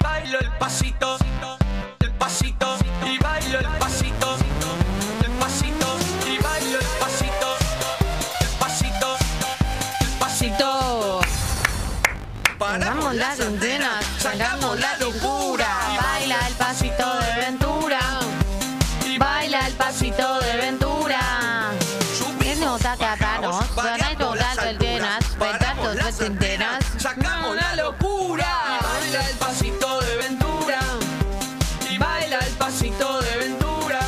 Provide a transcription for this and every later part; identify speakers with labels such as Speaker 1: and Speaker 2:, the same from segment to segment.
Speaker 1: bailo el pasito, el pasito, y bailo el pasito, el pasito, y bailo el pasito, el pasito, el
Speaker 2: Pasito.
Speaker 1: Paramos
Speaker 2: Pongamos la
Speaker 1: las
Speaker 2: antena,
Speaker 1: antenas,
Speaker 2: sacamos la locura. Baila el pasito de Ventura. Baila el pasito de Ventura.
Speaker 1: Subimos,
Speaker 2: Él no taca
Speaker 1: bajamos,
Speaker 2: panos,
Speaker 1: variamos
Speaker 2: no
Speaker 1: las
Speaker 2: taca
Speaker 1: alturas,
Speaker 2: antenas,
Speaker 1: paramos
Speaker 2: ventanas,
Speaker 1: las
Speaker 2: tres
Speaker 1: antenas,
Speaker 2: antenas.
Speaker 1: Sacamos la locura. Y baila el pasito de Ventura. Y baila el pasito de Ventura.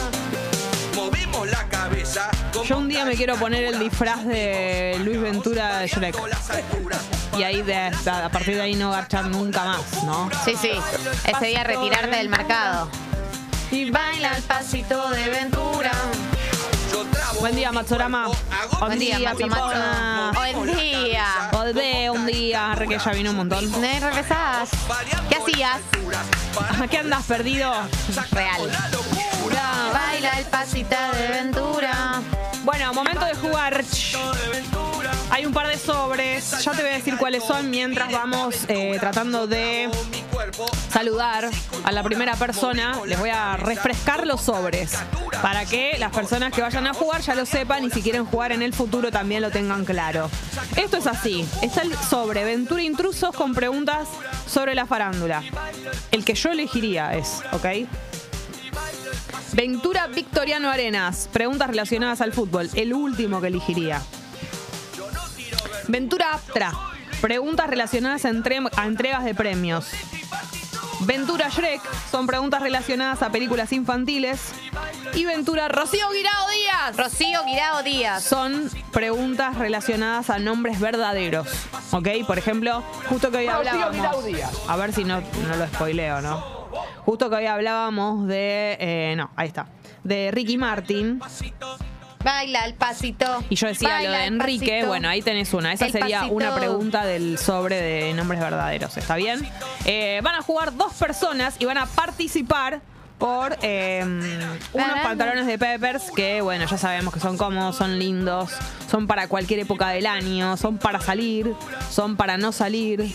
Speaker 1: Movimos la cabeza. como
Speaker 3: Yo un día me quiero poner el
Speaker 1: caricatura.
Speaker 3: disfraz de Luis Ventura de Shrek.
Speaker 1: Variando las alturas.
Speaker 3: Y ahí de- a partir de ahí no garchar nunca más, ¿no?
Speaker 2: Sí, sí. Ese día retirarte del mercado.
Speaker 3: Y
Speaker 2: Baila el pasito de Ventura.
Speaker 1: Yo trabo
Speaker 3: Buen día,
Speaker 1: mi
Speaker 3: Machorama.
Speaker 1: cuerpo, hago
Speaker 3: Buen
Speaker 2: Buen
Speaker 1: mi
Speaker 2: día,
Speaker 3: día,
Speaker 2: Macho
Speaker 3: Pipona.
Speaker 2: Macho. Buen día.
Speaker 3: volvé un día, re que ya vino un montón.
Speaker 2: ¿No regresás? ¿Qué hacías?
Speaker 3: ¿A Ah, qué andas perdido?
Speaker 2: Real. Baila el pasito de Ventura.
Speaker 3: Bueno, momento de jugar. Hay un par de sobres. Ya te voy a decir cuáles son mientras vamos eh, tratando de saludar a la primera persona. Les voy a refrescar los sobres para que las personas que vayan a jugar ya lo sepan y si quieren jugar en el futuro también lo tengan claro. Esto es así. Está el sobre Ventura Intrusos con preguntas sobre la farándula. El que yo elegiría es, ¿ok? Ventura Victoriano Arenas, preguntas relacionadas al fútbol, el último que elegiría. Ventura Aptra, preguntas relacionadas a, entre- a entregas de premios. Ventura Shrek, son preguntas relacionadas a películas infantiles. Y Ventura Rocío Guirao Díaz,
Speaker 2: Rocío Guirao Díaz.
Speaker 3: son preguntas relacionadas a nombres verdaderos. ¿Ok? Por ejemplo, justo que hoy hablábamos. A ver si no, no lo spoileo, ¿no? Justo que hoy hablábamos de. eh, no, ahí está. De Ricky Martin.
Speaker 2: Baila el pasito.
Speaker 3: Y yo decía
Speaker 2: Baila
Speaker 3: lo de
Speaker 2: el
Speaker 3: Enrique.
Speaker 2: pasito.
Speaker 3: Bueno, ahí tenés una. Esa
Speaker 2: El
Speaker 3: sería
Speaker 2: pasito.
Speaker 3: una pregunta del sobre de nombres verdaderos. ¿Está bien? Eh, van a jugar dos personas y van a participar por eh, unos
Speaker 2: Parando.
Speaker 3: pantalones de Peppers que, bueno, ya sabemos que son cómodos, son lindos, son para cualquier época del año, son para salir, son para no salir,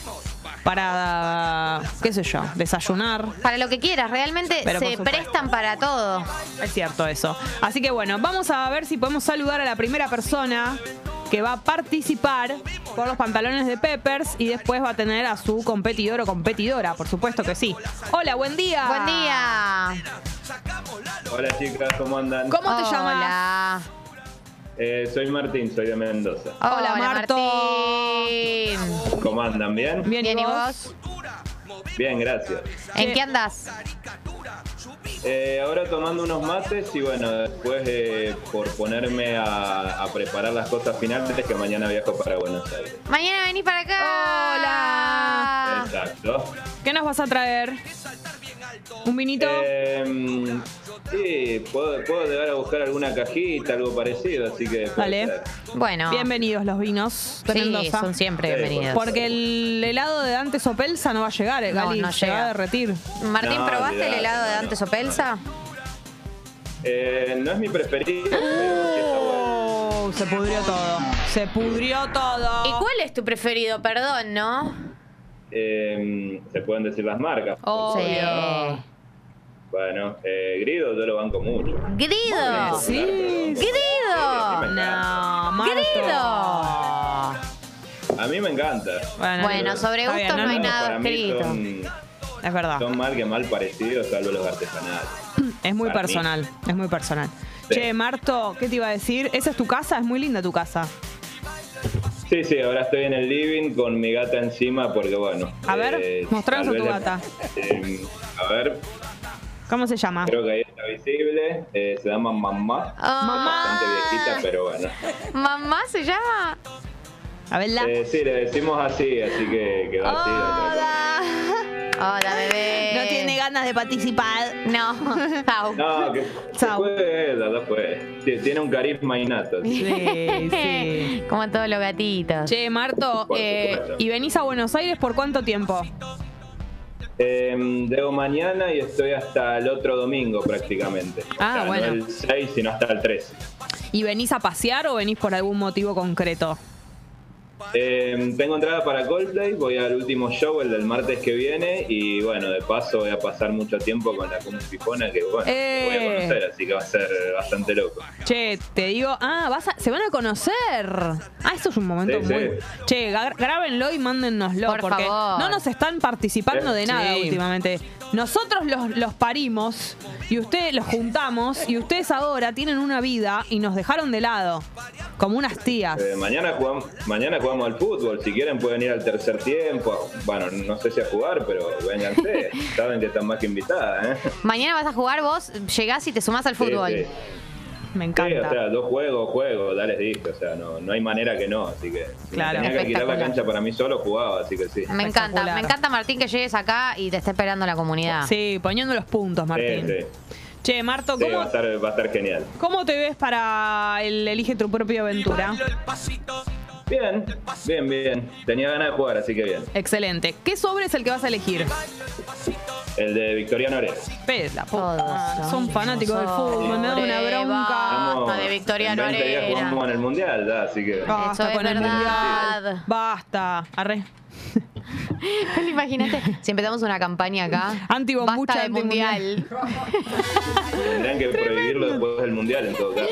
Speaker 3: para, qué sé yo, desayunar.
Speaker 2: Para lo que quieras, realmente
Speaker 3: Pero por
Speaker 2: se
Speaker 3: supuesto.
Speaker 2: prestan para todo.
Speaker 3: Es cierto eso. Así que bueno, vamos a ver si podemos saludar a la primera persona que va a participar por los pantalones de Peppers y después va a tener a su competidor o competidora, por supuesto que sí. Hola, buen día.
Speaker 2: Buen día.
Speaker 4: Hola chicas, ¿cómo andan?
Speaker 3: ¿Cómo te llamas?
Speaker 2: Hola.
Speaker 4: Eh, soy Martín, soy de Mendoza.
Speaker 3: Hola, Marto.
Speaker 2: Martín.
Speaker 4: ¿Cómo andan? ¿Bien?
Speaker 3: Bien,
Speaker 2: Bien,
Speaker 3: ¿y
Speaker 2: ¿y
Speaker 3: vos?
Speaker 2: vos?
Speaker 4: Bien, gracias.
Speaker 2: ¿En
Speaker 3: Eh,
Speaker 2: qué andás?
Speaker 4: Eh, ahora tomando unos mates y bueno, después eh, por ponerme a, a preparar las cosas finales que mañana viajo para Buenos Aires.
Speaker 2: Mañana venís para acá.
Speaker 3: Hola.
Speaker 4: Exacto.
Speaker 3: ¿Qué nos vas a traer? ¿Un vinito?
Speaker 4: Eh, sí, puedo, puedo llegar a buscar alguna cajita, algo parecido, así que... puede
Speaker 3: Dale.
Speaker 4: ser.
Speaker 2: Bueno.
Speaker 3: Bienvenidos los vinos de
Speaker 2: Sí,
Speaker 3: Mendoza.
Speaker 2: son siempre
Speaker 4: Sí,
Speaker 2: bienvenidos.
Speaker 3: Porque el helado de Dante Sopelsa no va a llegar, eh,
Speaker 2: No,
Speaker 3: Gali,
Speaker 2: no
Speaker 3: se va
Speaker 2: llega.
Speaker 3: a derretir.
Speaker 2: Martín,
Speaker 4: No,
Speaker 2: ¿probaste el
Speaker 4: olvidate,
Speaker 2: helado de
Speaker 4: no, no.
Speaker 2: Dante Sopelsa?
Speaker 4: Eh, no es mi preferido, pero sí está bueno.
Speaker 3: Oh, se pudrió todo. Se pudrió todo.
Speaker 2: ¿Y cuál es tu preferido? Perdón, ¿no?
Speaker 4: Eh, se pueden decir las marcas.
Speaker 3: Oh.
Speaker 2: Sí.
Speaker 4: Bueno, eh, Grido yo lo banco mucho.
Speaker 2: Grido.
Speaker 3: Sí.
Speaker 2: Grido.
Speaker 3: No, Marto.
Speaker 2: Querido.
Speaker 4: A mí me encanta.
Speaker 2: Bueno, sobre
Speaker 3: está
Speaker 2: gustos no hay
Speaker 4: Bueno,
Speaker 2: nada
Speaker 4: para mí
Speaker 2: escrito.
Speaker 4: Son,
Speaker 3: Es verdad.
Speaker 4: son mal que mal parecidos, salvo los artesanales.
Speaker 3: Es muy
Speaker 4: para mí.
Speaker 3: personal. Es muy personal.
Speaker 4: Sí.
Speaker 3: Che, Marto, ¿qué te iba a decir? ¿Esa es tu casa? Es muy linda tu casa.
Speaker 4: Sí, sí, ahora estoy en el living con mi gata encima porque, bueno. eh,
Speaker 3: A ver, mostranos
Speaker 4: tal
Speaker 3: a tu
Speaker 4: vez le-
Speaker 3: gata.
Speaker 4: eh, a ver,
Speaker 3: ¿Cómo se llama?
Speaker 4: creo que ahí está visible. eh, se llama Mamá.
Speaker 2: Ah.
Speaker 4: Bastante viejita, pero bueno.
Speaker 2: ¿Mamá se llama?
Speaker 3: A verla.
Speaker 4: Eh, sí, le decimos así, así que quedó así.
Speaker 2: Hola. Hola, bebé.
Speaker 3: No tiene ganas de participar.
Speaker 2: No. Au.
Speaker 4: No, que, que
Speaker 3: Chau.
Speaker 4: puede, la verdad puede. Sí, Tiene un carisma innato. sí.
Speaker 3: Sí, sí.
Speaker 2: Como todos los gatitos.
Speaker 3: Che, Marto,
Speaker 4: Por
Speaker 3: eh,
Speaker 4: supuesto.
Speaker 3: ¿y venís a Buenos Aires por cuánto tiempo?
Speaker 4: Eh, debo mañana y estoy hasta el otro domingo prácticamente.
Speaker 3: Ah,
Speaker 4: O sea,
Speaker 3: bueno.
Speaker 4: No el 6, sino hasta el 13.
Speaker 3: ¿Y venís a pasear o venís por algún motivo concreto?
Speaker 4: Eh, tengo entrada para Coldplay, voy al último show, el del martes que viene, y bueno, de paso voy a pasar mucho tiempo con la Cumbia Pipona, que bueno,
Speaker 3: Eh.
Speaker 4: voy a conocer, así que va a ser bastante loco.
Speaker 3: Che, te digo, ah, vas a- se van a conocer. Ah, eso es un momento
Speaker 4: Sí,
Speaker 3: muy.
Speaker 4: sí.
Speaker 3: Che, gra- grábenlo y mándennoslo,
Speaker 2: Por
Speaker 3: porque
Speaker 2: favor.
Speaker 3: no nos están participando de
Speaker 4: Sí.
Speaker 3: nada
Speaker 2: Sí.
Speaker 3: últimamente. Nosotros los, los parimos y ustedes los juntamos y ustedes ahora tienen una vida y nos dejaron de lado, como unas tías.
Speaker 4: Eh, mañana, jugamos, mañana jugamos al fútbol, si quieren pueden ir al tercer tiempo, a- bueno, no sé si a jugar, pero vénganse, saben que están más que invitadas, ¿eh?
Speaker 2: Mañana vas a jugar vos, llegás y te sumás al fútbol.
Speaker 4: Sí, sí.
Speaker 3: Me
Speaker 4: Sí, o
Speaker 3: encanta.
Speaker 4: sea, dos juegos, juego, dale disco, o sea, no, no hay manera que no, así que si me
Speaker 3: Claro.
Speaker 4: tenía que alquilar la
Speaker 2: Espectacular.
Speaker 4: cancha para mí solo, jugaba, así que sí.
Speaker 2: Me encanta,
Speaker 3: Espectacular.
Speaker 2: me encanta Martín que llegues acá y te esté esperando la comunidad.
Speaker 3: Sí, poniendo los puntos, Martín.
Speaker 4: Sí, sí.
Speaker 3: Che, Marto,
Speaker 4: Sí, va, a
Speaker 3: ¿cómo,
Speaker 4: estar, va a estar genial.
Speaker 3: ¿cómo te ves para el Elige tu propia aventura?
Speaker 4: Bien, bien, bien. Tenía ganas de jugar, así que bien.
Speaker 3: Excelente. ¿Qué sobre es el que vas a elegir?
Speaker 4: El de Victoriano Oreo.
Speaker 3: Pe- la puta
Speaker 2: Todos
Speaker 3: madre,
Speaker 2: son
Speaker 3: Ah, son fanáticos del
Speaker 2: sobre,
Speaker 3: fútbol, me da una bronca.
Speaker 2: va. de Victoriano
Speaker 4: en 20 días
Speaker 2: Arena.
Speaker 4: jugamos en el Mundial, da, así que...
Speaker 3: Ah. Basta
Speaker 2: Eso es
Speaker 3: con el
Speaker 2: verdad.
Speaker 3: Basta, arre.
Speaker 2: Imagínate, si empezamos una campaña acá.
Speaker 3: Antibombucha,
Speaker 2: basta de
Speaker 3: antimundial.
Speaker 2: mundial.
Speaker 4: Tendrán que prohibirlo después del Mundial, en todo caso.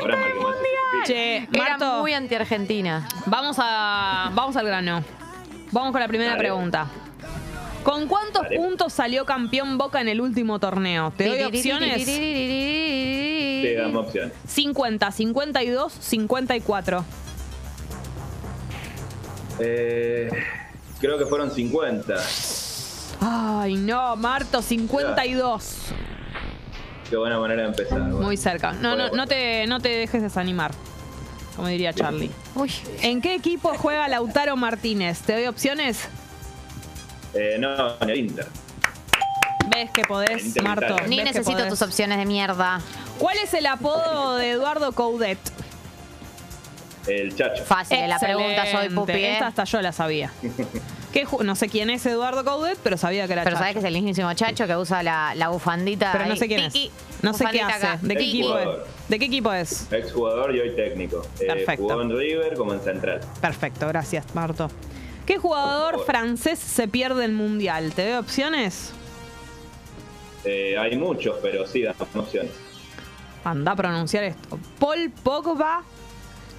Speaker 4: Ahora marca más el pico.
Speaker 3: Che,
Speaker 2: Era
Speaker 3: Marto,
Speaker 2: muy anti-Argentina.
Speaker 3: vamos, a, vamos al grano. Vamos con la primera
Speaker 4: Dale.
Speaker 3: pregunta. ¿Con cuántos
Speaker 4: Dale.
Speaker 3: puntos salió campeón Boca en el último torneo? Te doy opciones.
Speaker 4: Sí, damos opción.
Speaker 3: 50, 52, 54.
Speaker 4: Eh, creo que fueron 50.
Speaker 3: Ay, no, Marto, 52.
Speaker 4: Qué buena manera de empezar. bueno.
Speaker 3: Muy cerca. No, no, no te, no te dejes desanimar, como diría Charlie.
Speaker 2: Uy,
Speaker 3: ¿En qué equipo juega Lautaro Martínez? ¿Te doy opciones?
Speaker 4: Eh, no, en el Inter.
Speaker 3: Ves que podés, Marto.
Speaker 4: Ni
Speaker 2: ni
Speaker 3: ves que
Speaker 2: necesito
Speaker 3: podés.
Speaker 2: tus opciones de mierda.
Speaker 3: ¿Cuál es el apodo de Eduardo Coudet?
Speaker 4: El Chacho.
Speaker 2: Fácil, la pregunta soy
Speaker 3: Excelente.
Speaker 2: pupi. ¿eh?
Speaker 3: Esta hasta yo la sabía. ¿Qué ju- no sé quién es Eduardo Coudet, pero sabía que era
Speaker 2: Pero sabes que
Speaker 3: Chacho.
Speaker 2: es el mismísimo chacho que usa la, la bufandita.
Speaker 3: Pero no
Speaker 2: ahí.
Speaker 3: sé quién
Speaker 2: Tiki,
Speaker 3: es. No sé qué
Speaker 2: bufandita
Speaker 3: hace.
Speaker 2: acá.
Speaker 3: ¿De qué
Speaker 2: Tiki.
Speaker 3: equipo es?
Speaker 4: Jugador.
Speaker 3: ¿De qué equipo es?
Speaker 4: Exjugador y hoy técnico. Eh,
Speaker 3: Perfecto.
Speaker 4: Jugó en River como en Central.
Speaker 3: Perfecto, gracias, Marto. ¿Qué jugador
Speaker 4: Por favor.
Speaker 3: francés se pierde el mundial? ¿Te doy opciones?
Speaker 4: Eh, hay muchos, pero sí, damos opciones.
Speaker 3: Anda a pronunciar esto. Paul Pogba,
Speaker 2: Eh.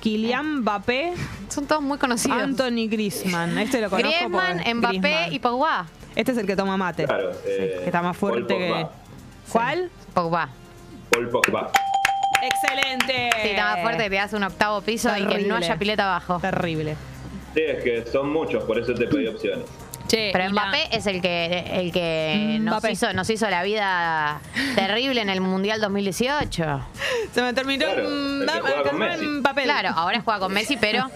Speaker 3: Kylian Mbappé,
Speaker 2: Son todos muy conocidos.
Speaker 3: Anthony Griezmann. Este lo conozco
Speaker 2: Griezmann,
Speaker 3: porque-
Speaker 2: Mbappé
Speaker 3: Griezmann.
Speaker 2: y Pogba.
Speaker 3: Este es el que toma mate.
Speaker 4: Claro. eh,
Speaker 3: Que está más fuerte
Speaker 4: Paul
Speaker 3: que.
Speaker 4: Pogba.
Speaker 3: ¿Cuál?
Speaker 2: Pogba.
Speaker 4: Paul Pogba.
Speaker 3: ¡Excelente!
Speaker 2: Sí, está más fuerte, te hace un octavo piso y que no
Speaker 3: Eh. Terrible.
Speaker 2: haya pileta abajo.
Speaker 3: Terrible.
Speaker 4: Sí, es que son muchos, por eso te pedí opciones.
Speaker 3: Che,
Speaker 2: Pero
Speaker 3: y la-
Speaker 2: Mbappé es el que, el que nos,
Speaker 3: Mbappé.
Speaker 2: hizo, nos hizo la vida terrible en el Mundial 2018.
Speaker 3: Se me terminó
Speaker 4: Claro,
Speaker 3: en-
Speaker 4: el que juega con
Speaker 3: en
Speaker 4: Messi.
Speaker 3: papel.
Speaker 2: Claro, ahora juega con Messi, pero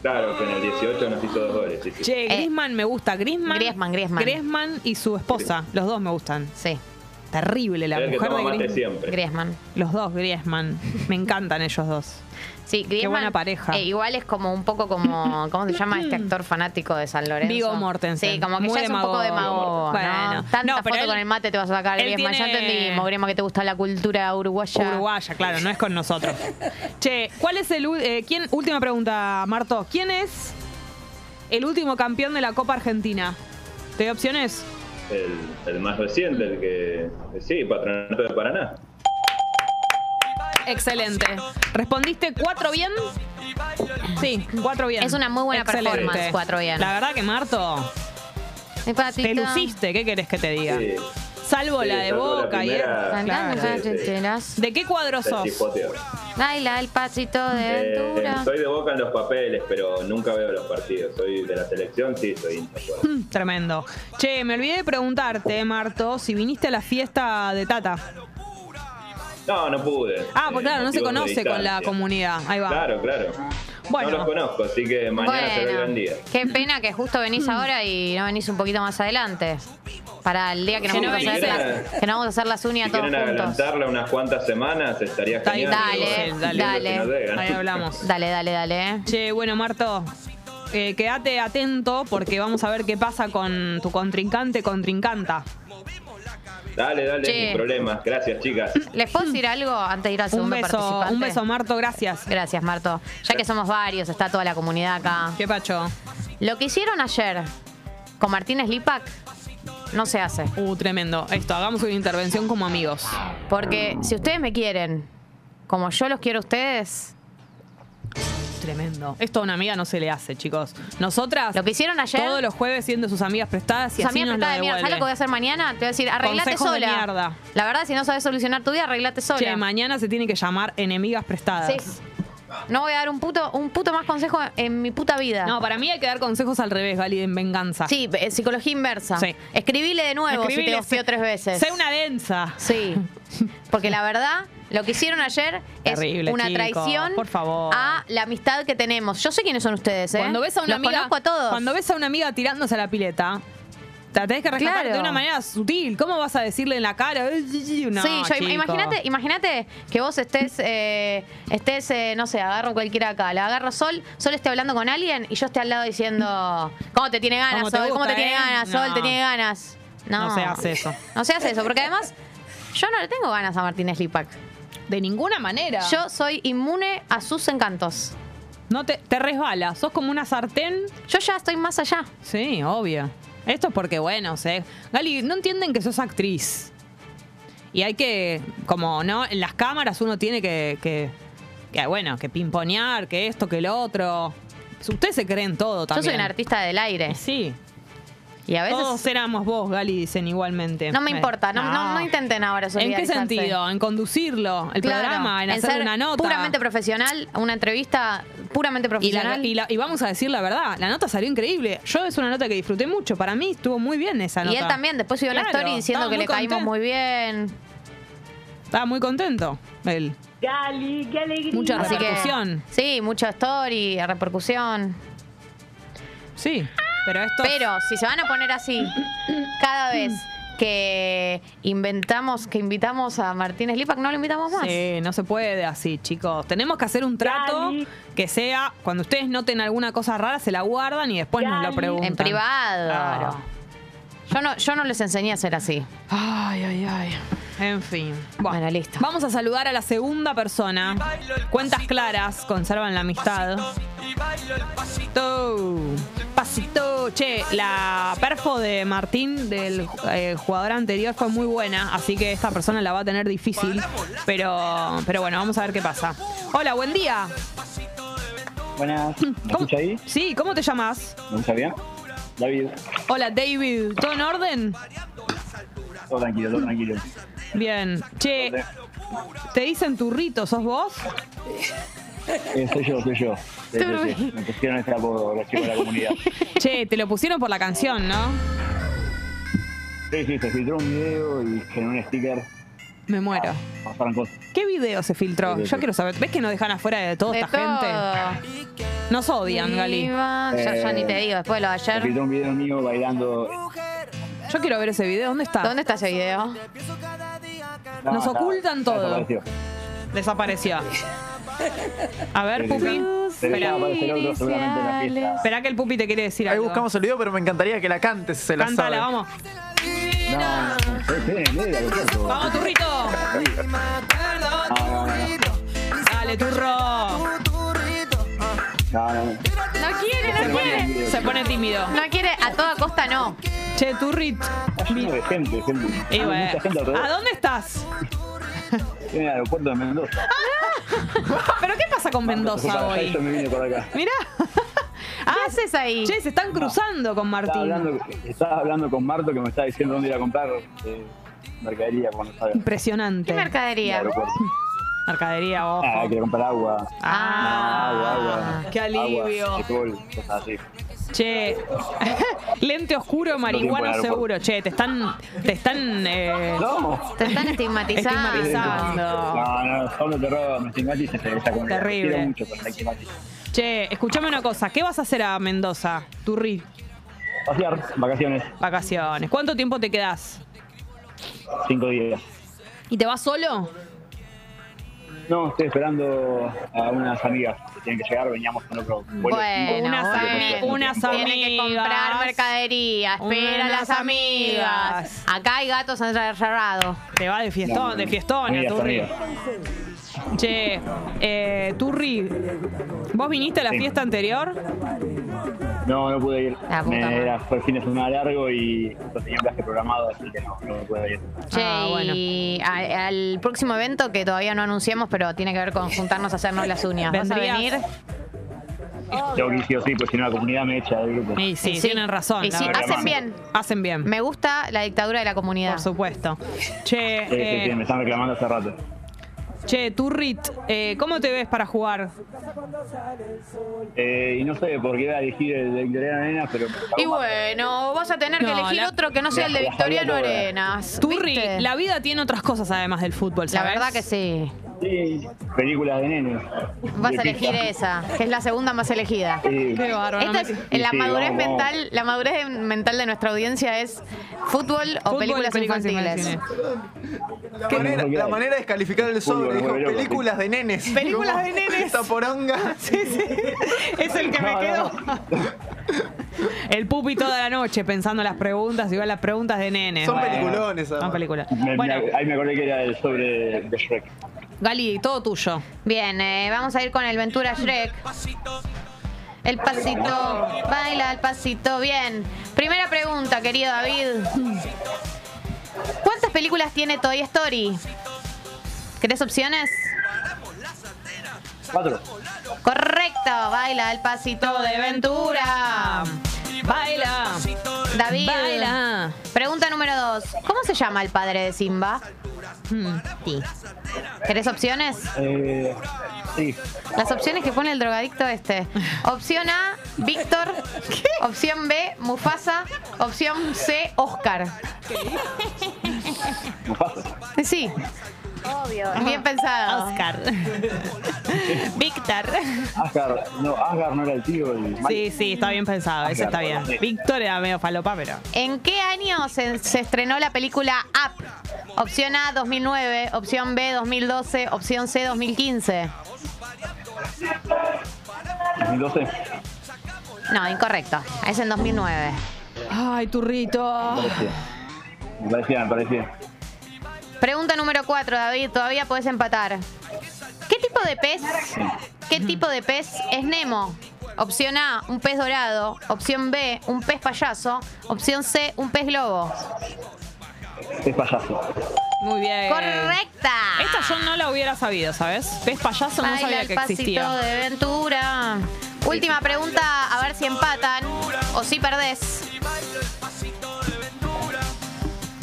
Speaker 4: Claro, que en el 18 nos hizo dos goles. sí, sí.
Speaker 3: Che, Griezmann me gusta. Griezmann.
Speaker 2: Eh, Griezmann, Griezmann.
Speaker 3: Griezmann y su esposa. Los dos me gustan.
Speaker 2: sí,
Speaker 3: Terrible la
Speaker 4: Es el que
Speaker 3: mujer
Speaker 4: toma
Speaker 3: de
Speaker 4: mate
Speaker 3: Griezmann.
Speaker 4: siempre.
Speaker 2: Griezmann.
Speaker 3: Los dos Griezmann. Me encantan ellos dos.
Speaker 2: Sí, Griezmann.
Speaker 3: buena pareja.
Speaker 2: eh, igual es como un poco como, ¿cómo se llama este actor fanático de San Lorenzo?
Speaker 3: Vigo Mortensen.
Speaker 2: Sí, como que
Speaker 3: Muy
Speaker 2: ya es un poco demagogo, ¿no?
Speaker 3: demagogo. Bueno.
Speaker 2: Tanta
Speaker 3: No, pero
Speaker 2: foto
Speaker 3: él-
Speaker 2: con el mate te vas a sacar,
Speaker 3: él
Speaker 2: Griezmann. Ya
Speaker 3: tiene-
Speaker 2: entendimos, Griezmann, que te gusta la cultura uruguaya.
Speaker 3: Uruguaya, claro, no es con nosotros. che, ¿cuál es el. u- eh, quién, última pregunta, Marto. ¿Quién es el último campeón de la Copa Argentina? ¿Te doy opciones?
Speaker 4: El, el más reciente, el que. Sí, Patronato de Paraná.
Speaker 3: Excelente. ¿Respondiste cuatro bien? Sí, cuatro bien.
Speaker 2: Es una muy buena performance, cuatro bien.
Speaker 3: La verdad que, Marto,
Speaker 2: Mi patita.
Speaker 3: te luciste. ¿Qué querés que te diga?
Speaker 4: Sí.
Speaker 3: Salvo
Speaker 4: Sí,
Speaker 3: la de
Speaker 4: salvo la
Speaker 3: Boca y...
Speaker 4: primera.
Speaker 2: Cantando,
Speaker 3: Claro.
Speaker 4: sí, sí.
Speaker 2: chacheras.
Speaker 3: ¿De qué cuadro
Speaker 4: Se
Speaker 3: sos?
Speaker 4: chispoteó.
Speaker 2: Baila el pasito de
Speaker 4: Eh,
Speaker 2: aventura.
Speaker 4: soy de boca en los papeles, pero nunca veo los partidos. Soy de la selección, sí, soy hincha. claro.
Speaker 3: Mm, Tremendo. Che, me olvidé de preguntarte, Marto, si viniste a la fiesta de Tata.
Speaker 4: No, no pude.
Speaker 3: Ah, pues
Speaker 4: Eh,
Speaker 3: claro, no se
Speaker 4: motivos de
Speaker 3: conoce con la
Speaker 4: distancia.
Speaker 3: comunidad. Ahí va.
Speaker 4: Claro, claro.
Speaker 3: Bueno.
Speaker 4: No los conozco, así que mañana será el gran día.
Speaker 2: qué pena que justo venís ahora y no venís un poquito más adelante. Para el día que nos
Speaker 3: Que no
Speaker 2: vamos, a hacer
Speaker 4: venís.
Speaker 2: las, que nos vamos a hacer las uñas
Speaker 4: Si
Speaker 2: todos
Speaker 4: quieren
Speaker 2: juntos.
Speaker 4: adelantarla unas cuantas semanas, estaría
Speaker 3: Está bien,
Speaker 4: genial.
Speaker 2: dale, dale,
Speaker 4: pero bueno, que nos
Speaker 2: dale.
Speaker 4: dejan.
Speaker 3: Ahí hablamos.
Speaker 2: Dale, dale, dale. eh.
Speaker 3: Che, bueno, Marto, eh, quédate atento porque vamos a ver qué pasa con tu contrincante, contrincanta.
Speaker 4: Dale, dale,
Speaker 2: Che.
Speaker 4: sin problemas. Gracias, chicas.
Speaker 2: ¿Les puedo decir algo antes de ir al
Speaker 3: Un
Speaker 2: segundo
Speaker 3: beso,
Speaker 2: participante?
Speaker 3: un beso, Marto, gracias.
Speaker 2: Gracias, Marto. Ya que somos varios, está toda la comunidad acá.
Speaker 3: Qué pacho.
Speaker 2: Lo que hicieron ayer con Martínez Lipac no se hace.
Speaker 3: Uh, tremendo. Esto, hagamos una intervención como amigos.
Speaker 2: Porque si ustedes me quieren, como yo los quiero a ustedes,
Speaker 3: Tremendo. Esto a una amiga no se le hace, chicos. Nosotras,
Speaker 2: lo que hicieron ayer.
Speaker 3: todos los jueves siendo sus amigas prestadas y
Speaker 2: Sus
Speaker 3: así
Speaker 2: amigas
Speaker 3: nos
Speaker 2: prestadas de
Speaker 3: lo
Speaker 2: mierda. ¿Sabes lo que voy a
Speaker 3: devuelve.
Speaker 2: hacer mañana? Te voy a decir, arreglate
Speaker 3: Consejos de
Speaker 2: sola.
Speaker 3: mierda.
Speaker 2: La verdad, si no sabes solucionar tu vida, arreglate sola.
Speaker 3: Che, mañana se tiene que llamar enemigas prestadas.
Speaker 2: Sí. No voy a dar un puto, un puto más consejo en mi puta vida.
Speaker 3: No, para mí hay que dar consejos al revés, Gali, en venganza.
Speaker 2: sí, eh, psicología inversa.
Speaker 3: Sí.
Speaker 2: Escribile de nuevo si te
Speaker 3: Escribile,
Speaker 2: golpeó
Speaker 3: sé-
Speaker 2: tres veces.
Speaker 3: Sé una densa.
Speaker 2: Sí. Porque la verdad, lo que hicieron ayer es
Speaker 3: Terrible,
Speaker 2: una
Speaker 3: chicos,
Speaker 2: traición
Speaker 3: por favor.
Speaker 2: a la amistad que tenemos. Yo sé quiénes son ustedes, ¿eh?
Speaker 3: Cuando ves a una
Speaker 2: Los
Speaker 3: amiga,
Speaker 2: conozco a todos.
Speaker 3: cuando ves a una amiga tirándose a la pileta, la tenés que rescatar
Speaker 2: Claro.
Speaker 3: de una manera sutil. ¿Cómo vas a decirle en la cara? "Ay, sí, sí", No,
Speaker 2: sí, yo
Speaker 3: chico.
Speaker 2: imagínate, imagínate que vos estés, eh, estés, eh, no sé, agarro cualquiera acá, la agarro Sol, Sol esté hablando con alguien y yo esté al lado diciendo, ¿cómo te tiene ganas,
Speaker 3: ¿Cómo te
Speaker 2: Sol? ¿Cómo
Speaker 3: gusta,
Speaker 2: te tiene
Speaker 3: eh?
Speaker 2: ganas, Sol?
Speaker 3: No.
Speaker 2: ¿Te tiene ganas? No.
Speaker 3: No se hace eso.
Speaker 2: No se hace eso, porque además yo no le tengo ganas a Martínez Lipac.
Speaker 3: De ninguna manera.
Speaker 2: Yo soy inmune a sus encantos.
Speaker 3: No te, te resbala. Sos como una sartén.
Speaker 2: Yo ya estoy más allá.
Speaker 3: Sí, obvio. Esto es porque, bueno, sé. Gali, no entienden que sos actriz. Y hay que, como, ¿no? En las cámaras uno tiene que, que, que, bueno, que pimponear, que esto, que lo otro. Ustedes se creen todo también. Oh,
Speaker 2: Yo soy una artista del aire.
Speaker 3: Eh, Sí,
Speaker 2: Y a veces
Speaker 3: Todos éramos vos, Gali, dicen igualmente. Eh,
Speaker 2: no me importa, no, no- no intenten ahora
Speaker 3: ¿En qué
Speaker 2: solidarizarse.
Speaker 3: sentido? ¿En conducirlo el
Speaker 2: Claro,
Speaker 3: programa? ¿En, hacer
Speaker 2: ser
Speaker 3: una nota?
Speaker 2: Puramente profesional, una entrevista puramente
Speaker 3: y, la-
Speaker 2: profesional.
Speaker 3: y la- y vamos a decir la verdad, la nota salió increíble. Yo es una nota que disfruté mucho. Para mí estuvo muy bien esa nota.
Speaker 2: Y él también, después subió una
Speaker 3: Claro,
Speaker 2: story diciendo
Speaker 3: estaba
Speaker 2: que le caímos
Speaker 3: contento.
Speaker 2: muy bien.
Speaker 3: Estaba muy contento él.
Speaker 5: Gali, qué alegría.
Speaker 3: Mucha
Speaker 2: Así que.
Speaker 3: repercusión.
Speaker 2: Sí, mucha story, repercusión.
Speaker 3: Sí. Pero esto.
Speaker 2: Pero si se van a poner así, cada vez que inventamos, que invitamos a Martínez Lipac, no lo invitamos más.
Speaker 3: Sí, no se puede así, chicos. Tenemos que hacer un trato
Speaker 5: Gali.
Speaker 3: que sea, cuando ustedes noten alguna cosa rara, se la guardan y después nos lo
Speaker 5: Gali.
Speaker 3: preguntan.
Speaker 2: En privado.
Speaker 3: Claro.
Speaker 2: Yo no, yo no les enseñé a ser así.
Speaker 3: Ay, ay, ay. En fin.
Speaker 2: Bueno, listo.
Speaker 3: Vamos a saludar a la segunda persona. Cuentas claras, conservan la amistad. Pasito. Pasito. Che, la perfo de Martín, del eh, jugador anterior, fue muy buena, así que esta persona la va a tener difícil. Pero, pero bueno, vamos a ver qué pasa. Hola, buen día.
Speaker 6: Buenas, ¿me
Speaker 3: ¿Cómo-
Speaker 6: escucha ahí?
Speaker 3: Sí, ¿cómo te llamas?
Speaker 6: ¿No sabía? David,
Speaker 3: Hola, David. ¿Todo en orden?
Speaker 6: todo tranquilo, todo tranquilo.
Speaker 3: Bien. Che, te dicen turrito, ¿sos vos?
Speaker 6: Eh, soy yo, soy yo. Sí, sí, sí. Me pusieron este apodo los chicos de la comunidad.
Speaker 3: Che, te lo pusieron por la canción, ¿no?
Speaker 6: Sí, sí, se filtró un video y generó un sticker.
Speaker 3: Me muero.
Speaker 6: Pasaron cosas.
Speaker 3: ¿Qué video se filtró?
Speaker 6: Sí, sí,
Speaker 3: Yo
Speaker 6: sí.
Speaker 3: quiero saber. ¿Ves que nos dejan afuera de toda
Speaker 2: De
Speaker 3: Oh, esta gente?
Speaker 2: todo.
Speaker 3: Nos odian, Gali.
Speaker 2: Viva-
Speaker 3: Eh,
Speaker 2: Ya, ya ni te digo, después de lo de
Speaker 6: Se
Speaker 2: ayer.
Speaker 6: filtró un video mío bailando.
Speaker 3: Yo quiero ver ese video. ¿Dónde está?
Speaker 2: ¿Dónde está ese video?
Speaker 6: No,
Speaker 3: Nos
Speaker 6: está-
Speaker 3: ocultan
Speaker 6: está
Speaker 3: todo.
Speaker 6: desaparecido.
Speaker 3: Desapareció. A ver,
Speaker 6: Sí, sí,
Speaker 3: Pupi.
Speaker 6: sí. Pero ya va a aparecer otro seguramente en la fiesta.
Speaker 3: Esperá que el Pupi te quiere decir
Speaker 7: Ahí
Speaker 3: algo.
Speaker 7: buscamos el video, pero me encantaría que la cantes, se la
Speaker 3: Cántala,
Speaker 7: sabe.
Speaker 6: eh.
Speaker 3: vamos.
Speaker 6: No, no, no. Ustedes tienen idea, lo cierto.
Speaker 3: Vamos, turrito.
Speaker 6: No, no,
Speaker 3: Dale, turro.
Speaker 6: no, no, no, no.
Speaker 2: No quiere,
Speaker 6: Se
Speaker 2: no
Speaker 6: pone-
Speaker 2: quiere.
Speaker 3: Se pone tímido.
Speaker 2: No quiere, a toda costa no.
Speaker 3: Che, turrit.
Speaker 6: Está lleno de gente, gente.
Speaker 3: Y
Speaker 6: Hay
Speaker 3: bueno.
Speaker 6: mucha gente
Speaker 3: ¿A
Speaker 6: alrededor.
Speaker 3: dónde estás?
Speaker 6: En el aeropuerto de Mendoza.
Speaker 3: ¿Pero qué pasa con Mendoza
Speaker 6: Para allá, Yo
Speaker 3: hoy?
Speaker 6: me vine por acá.
Speaker 3: Mirá.
Speaker 2: ¿Qué haces ahí?
Speaker 3: Che, se están cruzando con
Speaker 6: Estaba
Speaker 3: Martín.
Speaker 6: hablando, estaba hablando con Marto que me estaba diciendo dónde ir a comprar eh, mercadería cuando salga.
Speaker 2: ¿Qué
Speaker 3: Impresionante.
Speaker 2: mercadería?
Speaker 6: Aeropuerto.
Speaker 3: Mercadería, ojo.
Speaker 6: Ah, quiero comprar agua.
Speaker 2: Ah.
Speaker 6: agua, agua.
Speaker 3: Qué alivio.
Speaker 6: Agua, alcohol, cosas así.
Speaker 3: Che, lente oscuro,
Speaker 6: tiempo en
Speaker 3: marihuana
Speaker 6: el
Speaker 3: seguro. Che, te están, te están eh,
Speaker 6: No.
Speaker 2: Te están estigmatizando.
Speaker 3: Estigmatizando.
Speaker 6: No, no, solo te robo, me estigmatiza te esa comunidad.
Speaker 3: Terrible.
Speaker 6: Quiero mucho, pero me estigmatiza.
Speaker 3: Che, escuchame una cosa. ¿Qué vas a hacer a Mendoza? Turri,
Speaker 6: Pasear, vacaciones,
Speaker 3: vacaciones. ¿Cuánto tiempo te quedás?
Speaker 6: cinco días.
Speaker 3: ¿Y te vas solo?
Speaker 6: No, estoy esperando a unas amigas que tienen que llegar, veníamos con otro vuelo.
Speaker 2: Bueno,
Speaker 3: Unas ami- unas
Speaker 2: Tiene que comprar
Speaker 3: amigas.
Speaker 2: mercadería. Espera a
Speaker 3: Unas
Speaker 2: las amigas.
Speaker 3: amigas.
Speaker 2: Acá hay gatos encerrados.
Speaker 3: Te va de fiestón, de fiestón, a
Speaker 6: Amigas,
Speaker 3: Turri.
Speaker 6: amigas.
Speaker 3: Che, eh, Turri, ¿vos viniste a la
Speaker 6: Sí.
Speaker 3: fiesta anterior?
Speaker 6: No, no pude ir.
Speaker 2: La puta
Speaker 6: Me-
Speaker 2: madre.
Speaker 6: era- fue el fin de semana largo y yo tenía un viaje programado, así que no, no pude ir.
Speaker 2: Che,
Speaker 3: Ah, bueno.
Speaker 2: y a- al próximo evento que todavía no anunciamos, pero tiene que ver con juntarnos a hacernos las uñas. ¿Vas a
Speaker 3: ¿Vendrías?
Speaker 2: venir?
Speaker 6: Tengo que ir sí o sí, porque si no la comunidad me echa del grupo.
Speaker 3: Y sí,
Speaker 2: Y sí.
Speaker 3: tienen razón.
Speaker 2: Y
Speaker 3: la
Speaker 2: sí,
Speaker 3: verdad.
Speaker 2: hacen bien.
Speaker 3: Hacen bien.
Speaker 2: Me gusta la dictadura de la comunidad.
Speaker 3: Por supuesto.
Speaker 6: Sí, sí,
Speaker 3: Che,
Speaker 6: sí, me
Speaker 3: eh,
Speaker 6: están reclamando hace rato.
Speaker 3: che Turrit, eh, ¿cómo te ves para jugar?
Speaker 6: Eh, y no sé por qué iba a elegir el de Victoriano Arenas, pero.
Speaker 2: Y bueno, vas a tener que
Speaker 3: No,
Speaker 2: elegir
Speaker 3: la-
Speaker 2: otro que no sea el de
Speaker 6: la- la
Speaker 2: Victoriano
Speaker 6: sabía toda.
Speaker 2: Arenas.
Speaker 3: Turri,
Speaker 2: ¿Viste?
Speaker 3: la vida tiene otras cosas además del fútbol,
Speaker 2: La
Speaker 3: ¿sabes?
Speaker 2: verdad que sí.
Speaker 6: Sí, películas de nenes.
Speaker 2: Vas a elegir
Speaker 6: eso.
Speaker 2: esa, que es la segunda más elegida.
Speaker 3: Qué bárbaro. no
Speaker 2: Esta
Speaker 3: me-
Speaker 2: es en la
Speaker 6: Sí,
Speaker 2: madurez
Speaker 6: vamos, vamos.
Speaker 2: mental, la madurez mental de nuestra audiencia es fútbol o
Speaker 3: Fútbol,
Speaker 2: películas, infantiles.
Speaker 7: La manera,
Speaker 6: mejor que
Speaker 7: la
Speaker 6: hay.
Speaker 7: manera de descalificar
Speaker 6: Fútbol,
Speaker 7: el sobre, dijo,
Speaker 6: vuelve loco,
Speaker 7: películas de nenes.
Speaker 3: Películas
Speaker 7: Como
Speaker 3: de nenes.
Speaker 7: Esta poronga.
Speaker 3: Es el que me quedó. El pupi toda la noche pensando las preguntas, igual las preguntas de nene.
Speaker 7: Son
Speaker 3: Bueno,
Speaker 7: peliculones,
Speaker 3: Son
Speaker 7: además.
Speaker 3: películas.
Speaker 6: Me- me-
Speaker 3: Bueno,
Speaker 6: ahí me acordé que era el sobre de Shrek.
Speaker 3: Gali, todo tuyo.
Speaker 2: Bien, eh, vamos a ir con el Ventura Shrek. El pasito, baila el pasito, bien. Primera pregunta, querido David. ¿Cuántas películas tiene Toy Story? ¿Querés opciones?
Speaker 6: Cuatro.
Speaker 2: Correcto, baila el pasito de Ventura.
Speaker 3: Baila.
Speaker 2: David.
Speaker 3: Baila.
Speaker 2: Pregunta número dos. ¿Cómo se llama el padre de Simba?
Speaker 3: Hmm.
Speaker 2: Sí. ¿Querés opciones?
Speaker 6: Eh, sí.
Speaker 2: Las opciones que pone el drogadicto este. Opción A, Víctor. Opción B, Mufasa. Opción C, Oscar.
Speaker 6: Mufasa.
Speaker 2: Sí. Obvio. Bien pensado.
Speaker 3: Oscar. Víctor.
Speaker 6: Asgard. No, Asgard no era el tío. El
Speaker 3: Sí, sí, está bien pensado. Eso está bien. Víctor era medio falopa, pero.
Speaker 2: ¿En qué año se, se estrenó la película Up? Opción A, 2009. Opción B, 2012. Opción C, 2015.
Speaker 6: 2012.
Speaker 2: No, incorrecto. Es en 2009.
Speaker 3: Ay, turrito.
Speaker 6: Me parecía. Me parecía, me parecía.
Speaker 2: Pregunta número 4, David. Todavía podés empatar. ¿Qué tipo de pez? ¿Qué tipo de pez es Nemo? Opción A, un pez dorado. Opción B, un pez payaso. Opción C, un pez globo.
Speaker 6: Es payaso.
Speaker 3: Muy bien.
Speaker 2: ¡Correcta!
Speaker 3: Esta yo no la hubiera sabido, ¿sabes? Pez payaso no
Speaker 2: Baila
Speaker 3: sabía
Speaker 2: el
Speaker 3: que
Speaker 2: pasito
Speaker 3: existía.
Speaker 2: de Ventura. Última pregunta, a ver si empatan o si perdés.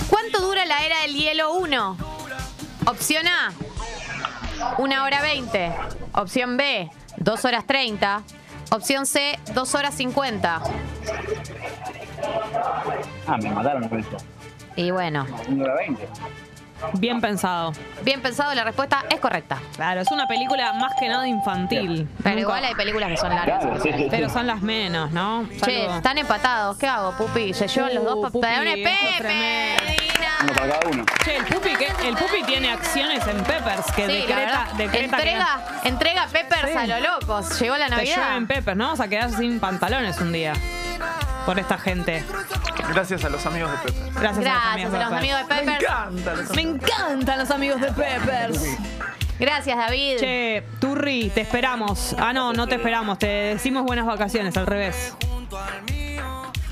Speaker 2: ¿Cuánto dura la era del hielo 1? Opción A, 1 hora 20. Opción B, 2 horas 30. Opción C, 2 horas 50.
Speaker 6: Ah, me mataron con eso.
Speaker 2: Y bueno,
Speaker 6: Una hora 20.
Speaker 3: Bien pensado.
Speaker 2: bien pensado, la respuesta es correcta.
Speaker 3: Claro, es una película más que nada infantil.
Speaker 2: Pero
Speaker 3: Nunca-
Speaker 2: igual hay películas que son largas.
Speaker 6: Claro, sí, sí, sí.
Speaker 3: Pero son las menos, ¿no?
Speaker 2: Che,
Speaker 3: Salvo-
Speaker 2: están empatados. ¿Qué hago, Pupi? Se llevan los
Speaker 3: Uh,
Speaker 2: dos
Speaker 3: Pupi,
Speaker 2: papelones.
Speaker 3: esto es
Speaker 2: ¡Pepe!
Speaker 3: tremendo.
Speaker 6: Uno para
Speaker 2: Medina.
Speaker 6: cada uno.
Speaker 3: Che, el pupi, que, el pupi tiene acciones en Peppers que
Speaker 2: Sí, la
Speaker 3: decreta,
Speaker 2: verdad.
Speaker 3: decreta que-
Speaker 2: Entrega, entrega Peppers
Speaker 3: Sí.
Speaker 2: a lo locos. Llegó la
Speaker 3: Te
Speaker 2: Navidad.
Speaker 3: llueven Peppers, ¿no? Vamos a quedar sin pantalones un día. Por esta gente.
Speaker 7: Gracias a los amigos de Pepe.
Speaker 3: Gracias,
Speaker 2: Gracias a
Speaker 3: de
Speaker 2: los amigos de
Speaker 7: Me
Speaker 2: Peppers.
Speaker 7: encanta. los-
Speaker 3: Peppers. Me encantan los amigos de Peppers.
Speaker 2: Gracias, David.
Speaker 3: Che, Turri, te esperamos. Ah, no, no te esperamos. Te decimos buenas vacaciones, al revés.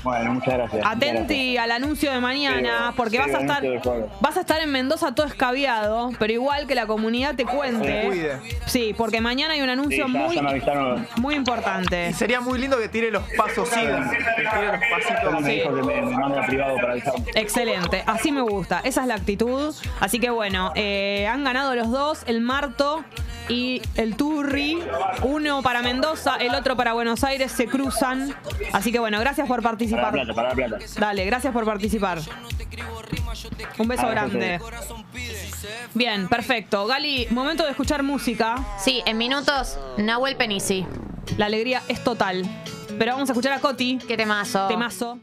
Speaker 6: Bueno, muchas gracias.
Speaker 3: Atenti al anuncio de mañana,
Speaker 6: Sí,
Speaker 3: porque
Speaker 6: sí,
Speaker 3: vas a
Speaker 6: el
Speaker 3: estar
Speaker 6: anuncio del juego.
Speaker 3: vas a estar en Mendoza todo escabiado, pero igual que la comunidad te
Speaker 7: Se
Speaker 3: cuente.
Speaker 7: cuide.
Speaker 3: Sí, porque mañana hay un
Speaker 6: Sí,
Speaker 3: anuncio
Speaker 6: ya,
Speaker 3: muy
Speaker 6: ya me avisaron.
Speaker 3: muy importante.
Speaker 7: Y sería muy lindo que tire los pasos sigas. Que tire
Speaker 6: Tony
Speaker 7: los pasitos.
Speaker 6: me dijo que me, me manda privado para avisarme.
Speaker 3: Excelente, así me gusta, esa es la actitud. Así que bueno, eh, han ganado los dos, el Marto y el Turri, uno para Mendoza, el otro para Buenos Aires, se cruzan. Así que bueno, gracias por
Speaker 6: Para la
Speaker 3: participar.
Speaker 6: plata, para la plata.
Speaker 3: Dale, gracias por participar. Un beso
Speaker 6: Ah,
Speaker 3: grande. Bien, perfecto. Gali, momento de escuchar música.
Speaker 2: Sí, en minutos, Nahuel Penisi.
Speaker 3: La alegría es total. Pero vamos a escuchar a Coti.
Speaker 2: Qué temazo.
Speaker 3: Temazo.